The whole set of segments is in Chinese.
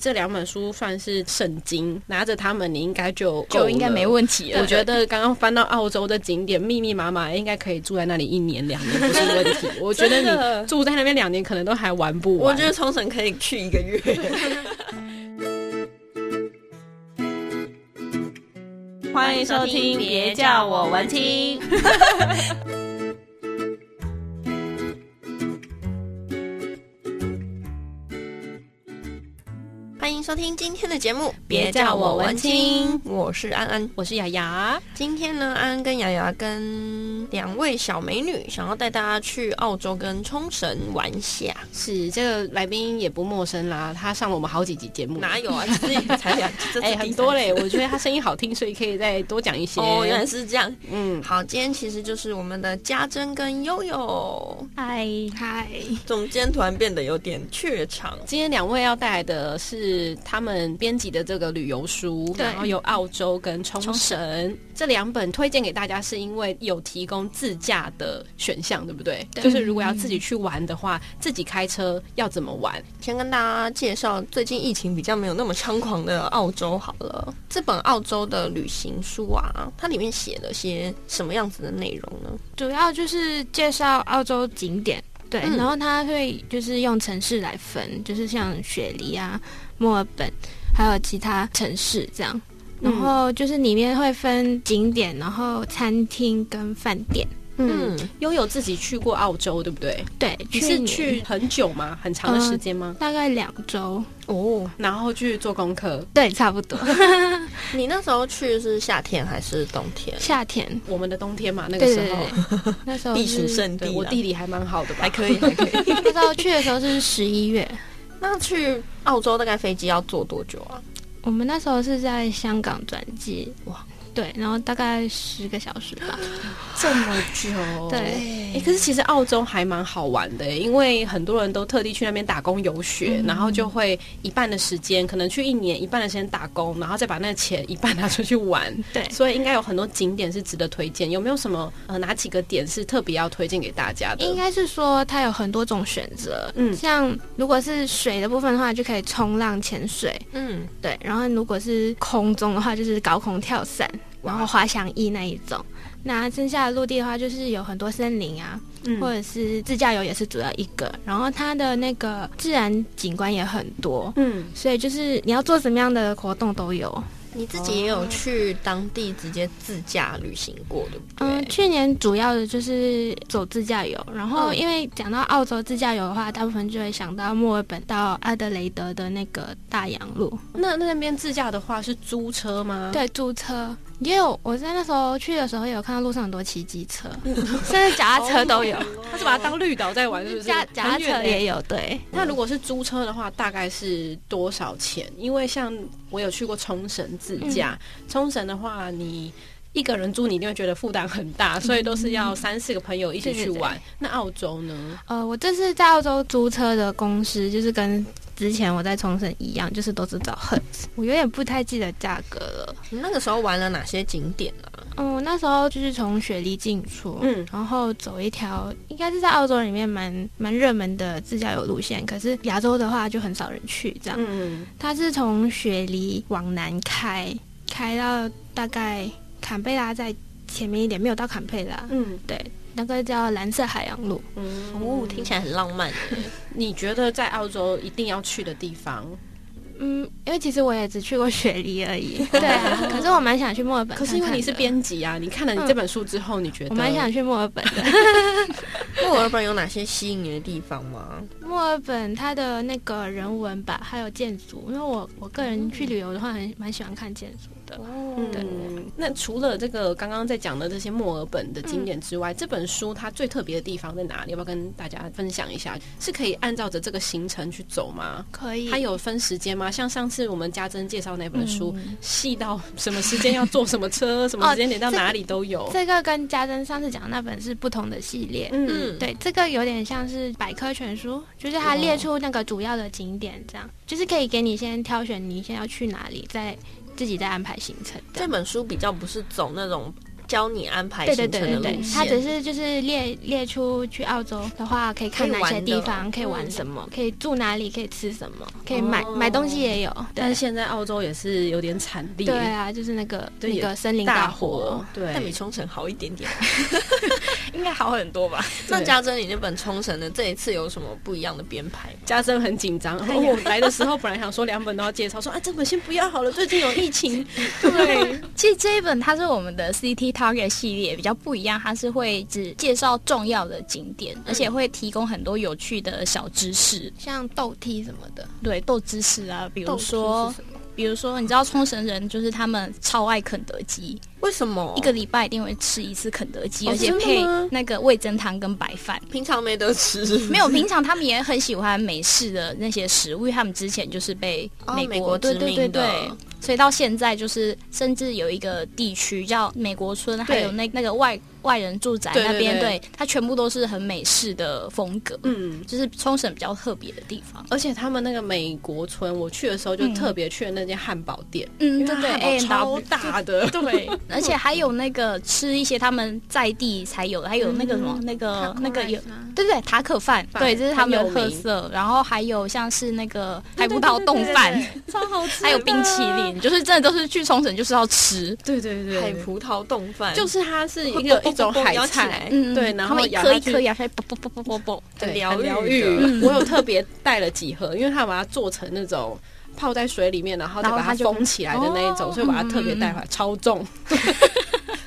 这两本书算是圣经，拿着它们你应该就够就应该了没问题了。我觉得刚刚翻到澳洲的景点，密密麻麻，应该可以住在那里一年两年不是问题。 我觉得真的你住在那边两年，可能都还玩不我完。觉得冲绳可以去一个月。 欢迎收听，别叫我文青。欢迎收听今天的节目，别叫我文青，我是安安。我是雅雅，今天呢，安安跟雅雅跟两位小美女想要带大家去澳洲跟冲绳玩一下。是这个来宾也不陌生啦，他上了我们好几集节目，哪有啊？其实才两， 这是哎、第很三多 次嘞，我觉得他声音好听，所以可以再多讲一些。哦，原来是这样。嗯，好，今天其实就是我们的家珍跟悠悠嗨，嗨，总监突然变得有点怯场。今天两位要带来的是他们编辑的这个旅游书，对然后有澳洲跟冲冲绳这两本推荐给大家，是因为有提供自驾的选项，对不对？对就是如果要自己去玩的话，自己开车要怎么玩？先跟大家介绍最近疫情比较没有那么猖狂的澳洲好了。这本澳洲的旅行书啊，它里面写了些什么样子的内容呢？主要就是介绍澳洲景点，对，嗯然后它会就是用城市来分，就是像雪梨啊、墨尔本，还有其他城市这样。嗯然后就是里面会分景点，然后餐厅跟饭店。嗯，，悠悠自己去过澳洲，对不对？对，你去是年去很久吗？很长的时间吗？大概两周，嗯哦，然后去做功课。对，差不多。你那时候去是夏天还是冬天？夏天，我们的冬天嘛，那个对时对候，对，那时候避暑是胜哦地对啦，我地理还蛮好的吧？还可以，还可以。 那时候去的时候是十一月，那去澳洲大概飞机要坐多久啊？我们那时候是在香港转机，哇哇，对，然后大概十个小时吧，这么久，对哎、可是其实澳洲还蛮好玩的，因为很多人都特地去那边打工游学，然后就会一半的时间，可能去一年一半的时间打工，然后再把那钱一半拿出去玩。对所以应该有很多景点是值得推荐。有没有什么呃哪几个点是特别要推荐给大家的？应该是说它有很多种选择，嗯像如果是水的部分的话，就可以冲浪、潜水，嗯，对，然后如果是空中的话，就是高空跳伞，然后滑翔翼那一种。那剩下的陆地的话，就是有很多森林啊，嗯或者是自驾游也是主要一个，然后它的那个自然景观也很多，嗯，所以就是你要做什么样的活动都有。你自己也有去当地直接自驾旅行过，对不对？嗯，去年主要的就是走自驾游，然哦后嗯因为讲到澳洲自驾游的话，大部分就会想到墨尔本到阿德雷德的那个大洋路，那那边自驾的话是租车吗？，对，租车。也有，我在那时候去的时候，也有看到路上很多骑 机车，甚至脚踏车都有，他是把它当绿岛在玩，是不是？ 脚脚哦踏很远车欸也有，对，那如果是租车的话，大概是多少钱？因为像我有去过冲绳自驾，冲绳的话，你一个人住，你一定会觉得负担很大，所以都是要三四个朋友一起去玩。那澳洲呢？呃，我这次在澳洲租车的公司，就是跟之前我在冲绳一样，就是都是找 Hertz，我有点不太记得价格了。你那个时候玩了哪些景点啊呢、嗯，我那时候就是从雪梨进出，嗯然后走一条应该是在澳洲里面蛮蛮热门的自驾游路线，可是亚洲的话就很少人去这样。嗯，它是从雪梨往南开，开到大概坎贝拉在前面一点，没有到坎贝拉，嗯对，那个叫蓝色海洋路。嗯，哦，听起来很浪 漫耶。你觉得在澳洲一定要去的地方？嗯，因为其实我也只去过雪梨 而已，对啊，可是我蛮想去墨尔本看看的。可是因为你是编辑啊，你看了你这本书之后，你觉得我蛮想去墨尔本的。墨尔本有哪些吸引你的地方吗？墨尔本它的那个人文吧，还有建筑，因为我我个人去旅游的话，很蛮喜欢看建筑的。对嗯，那除了这个刚刚在讲的这些墨尔本的景点之外，这本书它最特别的地方在哪里？要不要跟大家分享一下？是可以按照着这个行程去走吗？可以，它有分时间吗？像上次我们家珍介绍那本书，嗯细到什么时间要坐什么 车，什么时间点到哪里都有。这个跟家珍上次讲的那本是不同的系列。嗯，对，这个有点像是百科全书，就是它列出那个主要的景点，这样就是可以给你先挑选你先要去哪里，再自己再安排行程。这这样本书比较不是走那种教你安排对行对程对的对路线。对，它只是就是列列出去澳洲的话，可以看哪些地方，可以嗯玩什么，可以住哪里，可以吃什么，可以买、哦买东西也有。但对是现在澳洲也是有点惨烈，对啊，就是那个对那个森林大火火，，对，但比冲绳好一点点，应该好很多吧？对那家珍，你那本冲绳的这一次有什么不一样的编排吗？家珍很紧张，然后我来的时候本来想说两本都要介绍，说啊这本先不要好了，最近有疫 情。 对， 其实这一本它是我们的 CT Target 系列比较不一样，它是会只介绍重要的景点，嗯而且会提供很多有趣的小知识，像斗梯什么的，对豆知识啊，比比如说，比如说你知道冲绳人就是他们超爱肯德基，为什么一个礼拜一定会吃一次肯德基，哦而且真的配吗那个味噌汤跟白饭。平常没得吃？没有，平常他们也很喜欢美式的那些食物，因为他们之前就是被哦美国,、美国对殖对民对的对，所以到现在就是甚至有一个地区叫美国村，还有那那个外外人住宅对对那边，对它全部都是很美式的风格，嗯，就是冲绳比较特别的地方。而且他们那个美国村，我去的时候就特别去了那间汉堡店，嗯，因对为对它，A 汉堡超大的，对，而且还有那个吃一些他们在地才有的，还有那个什么、那个呃那个有。对对，塔可饭，饭对，这是他们的很有特名色。然后还有像是那个海葡萄冻饭，超好吃，还有冰淇。淋，就是真的都是去冲绳就是要吃。对对对，海葡萄冻饭就是它是一个一种海咬起菜来，嗯，对然后他们一咬颗下一去颗咬下来，啵啵啵啵啵啵。对，疗很愈疗的愈。我有特别带了几盒，因为它把它做成那种。泡在水里面，然后再然后把它它就封起来的那一种，哦所以我把它特别带回来，超重。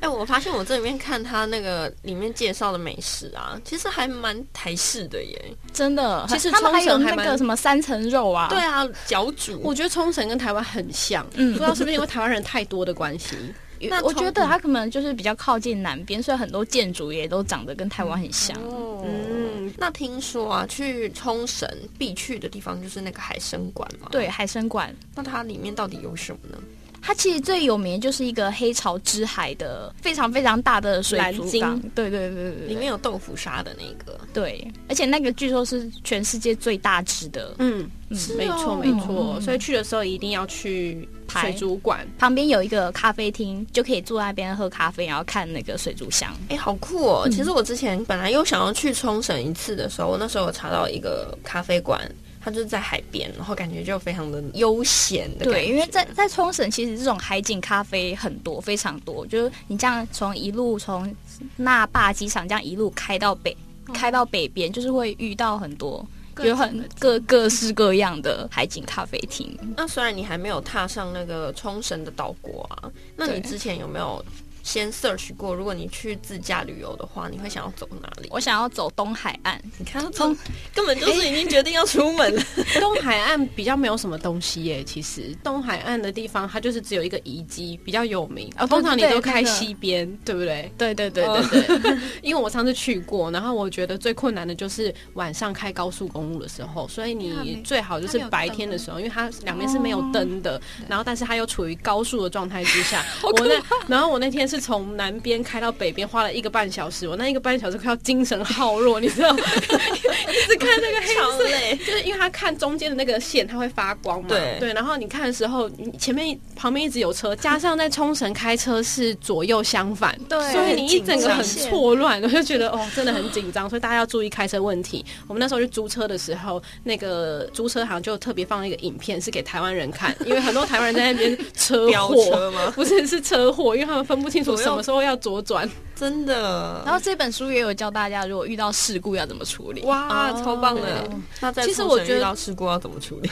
哎、我发现我这里面看他那个里面介绍的美食啊，其实还蛮台式的耶。真的，其实他们还有冲绳还那蛮个什么三层肉啊，对，啊，脚煮。我觉得冲绳跟台湾很像，嗯不知道是不是因为台湾人太多的关系，那我冲觉得它可能就是比较靠近南边，所以很多建筑也都长得跟台湾很像。哦，嗯那听说啊，去冲绳必去的地方就是那个海参馆嘛。，对，海参馆，那它里面到底有什么呢？它其实最有名的就是一个黑潮之海的非常非常大的水蓝族鲸港，对对对对里对面有豆腐沙的那个，对，而且那个据说是全世界最大只的，嗯，嗯没错没错，嗯所以去的时候一定要去排水族馆，旁边有一个咖啡厅，就可以坐在那边喝咖啡，然后看那个水族箱。哎、好酷哦！嗯其实我之前本来又想要去冲绳一次的时候，我那时候有查到一个咖啡馆，它就是在海边，然后感觉就非常的悠闲的感觉。对，因为在在冲绳，其实这种海景咖啡很多，非常多。就是你这样从一路从那霸机场这样一路开到北，嗯开到北边，就是会遇到很多。有很各各式各样的海景咖啡厅，那虽然你还没有踏上那个冲绳的岛国啊，那你对之前有没有先 search 过？如果你去自驾旅游的话，你会想要走哪里？我想要走东海岸，你看，从根本就是已经决定要出门 了。东海岸比较没有什么东西耶，其实东海岸的地方它就是只有一个遗迹比较有名，啊、通常你对对都开那个西边，对不对？对对对对对对对， 因为我上次去过，然后我觉得最困难的就是晚上开高速公路的时候，所以你最好就是白天的时候，因为它两边是没有灯的，然后但是它又处于高速的状态之下。我那 然后我那天是从南边开到北边，花了一个半小时，我那一个半小时快要精神耗弱，你知道， 一直看那个黑超色累，就是因为它看中间的那个线，它会发光嘛。对然后你看的时候，你前面旁边一直有车，加上在冲绳开车是左右相反，对所以你一整个很很紧张错乱，我 就觉得哦，真的很紧张，所以大家要注意开车问题。我们那时候去租车的时候，那个租车行就特别放了一个影片，是给台湾人 看，因为很多台湾人在那边车飙祸。车吗？不是是车祸，因为他们分不清楚什么时候要左转。真的。然后这本书也有教大家，如果遇到事故要怎么处理。哇，哦超棒的！那在其实冲我绳觉得遇到事故要怎么处理？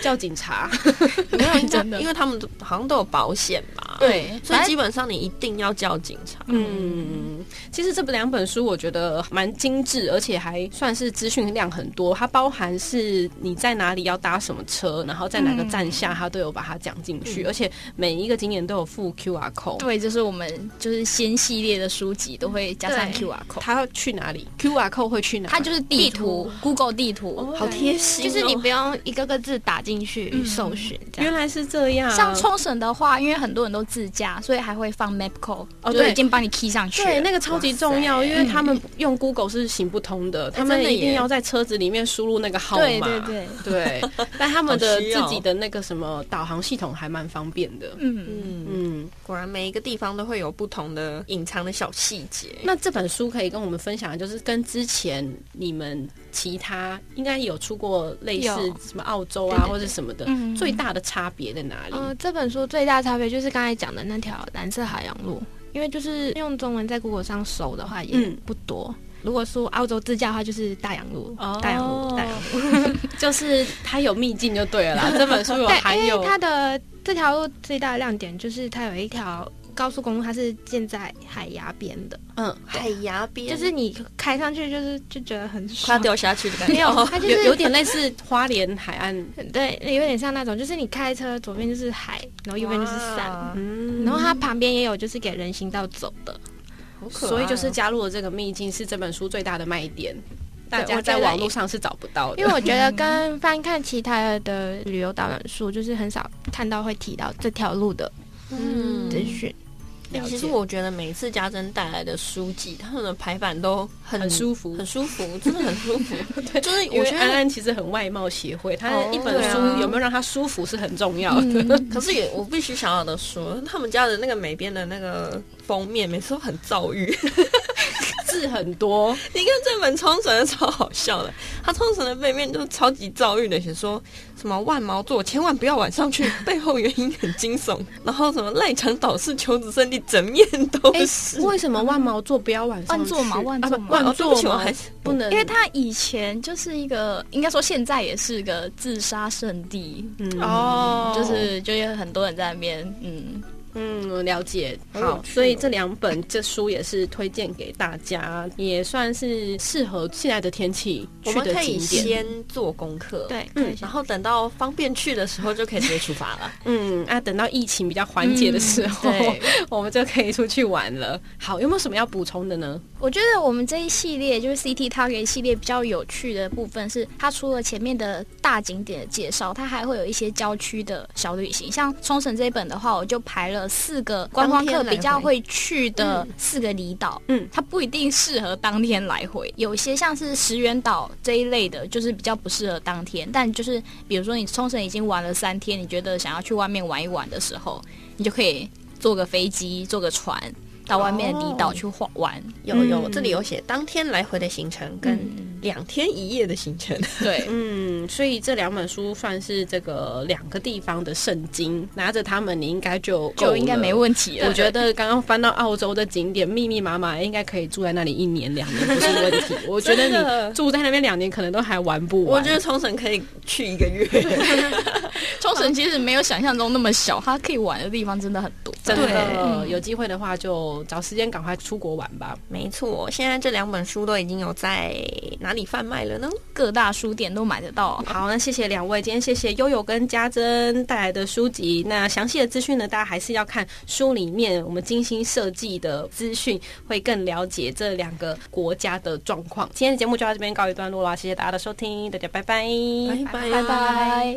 叫警察。 没有，真的因为他们都好像都有保险吧，对，所以反正基本上你一定要叫警察。嗯，其实这两本书我觉得蛮精致，而且还算是资讯量很多。它包含是你在哪里要搭什么车，然后在哪个站下，它都有把它讲进去，而且每一个景点都有附 QR code。对，就是我们就是新系列的书籍都会加上 QR code，他要去哪里？QR code 会去哪？它就是地图，Google 地哦图。好贴心就嗯哦，是你不用一个个字打进去搜寻，这原样来是这样。像冲绳的话，因为很多人都自驾，所以还会放 Mapco，哦就是对已经帮你 key 上去了。对，那个超级重要，因为他们用 Google 是行不通的，他们真的一定耶要在车子里面输入那个号码。对对对，对，但他们的好需要自己的那个什么导航系统还蛮方便的。嗯，嗯，嗯，果然每一个地方都会有不同的隐藏的小细节。那这本书可以跟我们分享，的就是跟之前你们其他应该有出过类似有什么澳洲对啊对或者什么的，嗯最大的差别在哪里？嗯、这本书最大差别就是刚才讲的那条蓝色海洋路，因为就是用中文在 Google 上搜的话也嗯不多。如果说澳洲自驾的话，就是大洋路，哦大洋路，大洋路。就是它有秘境就对了啦。这本书有 含对，因有为它的这条路最大的亮点就是它有一条高速公路，它是建在海崖边的，嗯，海崖边就是你开上去就是就觉得很快要爽。掉下去的感觉。哦没 有，它就有是有点类似花莲海岸，对，有点像那种，就是你开车左边就是海，然后右边就是山，哇，嗯然后它旁边也有就是给人行道走的。好可爱哦所以就是加入了这个秘境是这本书最大的卖点，大家我在觉得网络上是找不到的。因为我觉得跟翻看其他的旅游导览书，就是很少看到会提到这条路的嗯资讯。欸其实我觉得每一次家珍带来的书籍，他们的排版都很很舒服很舒 服，真的很舒服。就是因我为觉安得，安其实很外貌协会，她哦一本书对啊有没有让她舒服是很重要的。嗯可是也我必须小小的说，他们家的那个美编的那个封面，每次都很躁郁。 字很多，你看这本冲绳的超好笑的，它冲绳的背面就超级躁郁的写说什么万毛座千万不要晚上去，背后原因很惊悚。然后什么赖长岛是求子圣地，整面都哎、是。为什么万毛座不要晚上去？万座嘛万啊座不嘛万 哦对不座起我嘛还是不能，因为它以前就是一个，应该说现在也是个自杀圣地，嗯哦就是就有很多人在那边，嗯，嗯，我了解。好有好，趣哦所以这两本这书也是推荐给大家，也算是适合现在的天气我去们的可以景点。先做功课，对，嗯可以然后等到方便去的时候就可以直接出发 了。嗯，啊，等到疫情比较缓解的时候，对 我们就可以出去玩了。好，有没有什么要补充的呢？我觉得我们这一系列就是 CT Target 系列比较有趣的部分是，它除了前面的大景点的介绍，它还会有一些郊区的小旅行。像冲绳这一本的话，我就排了四个观光客比较会去的四个离岛，嗯，它不一定适合当天来回。有些像是石原岛这一类的，就是比较不适合当天。但就是比如说你冲绳已经玩了三天，你觉得想要去外面玩一玩的时候，你就可以坐个飞机，坐个船。到外面的离岛去晃玩，有有，嗯这里有写当天来回的行程跟两天一夜的行程。对，嗯，所以这两本书算是这个两个地方的圣经，拿着它们你应该就够就应该了没。问题了。我觉得刚刚翻到澳洲的景点，密密麻麻，应该可以住在那里一年两年不是问 题。我觉真得的你住在那边两年，可能都还玩不完。我觉得冲绳可以去一个月，冲绳其实没有想象中那么小，它可以玩的地方真的很多。真对的嗯有机会的话，就找时间赶快出国玩吧。 没错。现在这两本书都已经有在哪里贩卖了呢？各大书店都买得到。好，那谢谢两位，今天谢谢悠悠跟家珍带来的书籍。那详细的资讯呢，大家还是要看书里面我们精心设计的资讯，会更了解这两个国家的状况。今天的节目就到这边告一段落啦，谢谢大家的收听，大家拜拜。拜拜拜。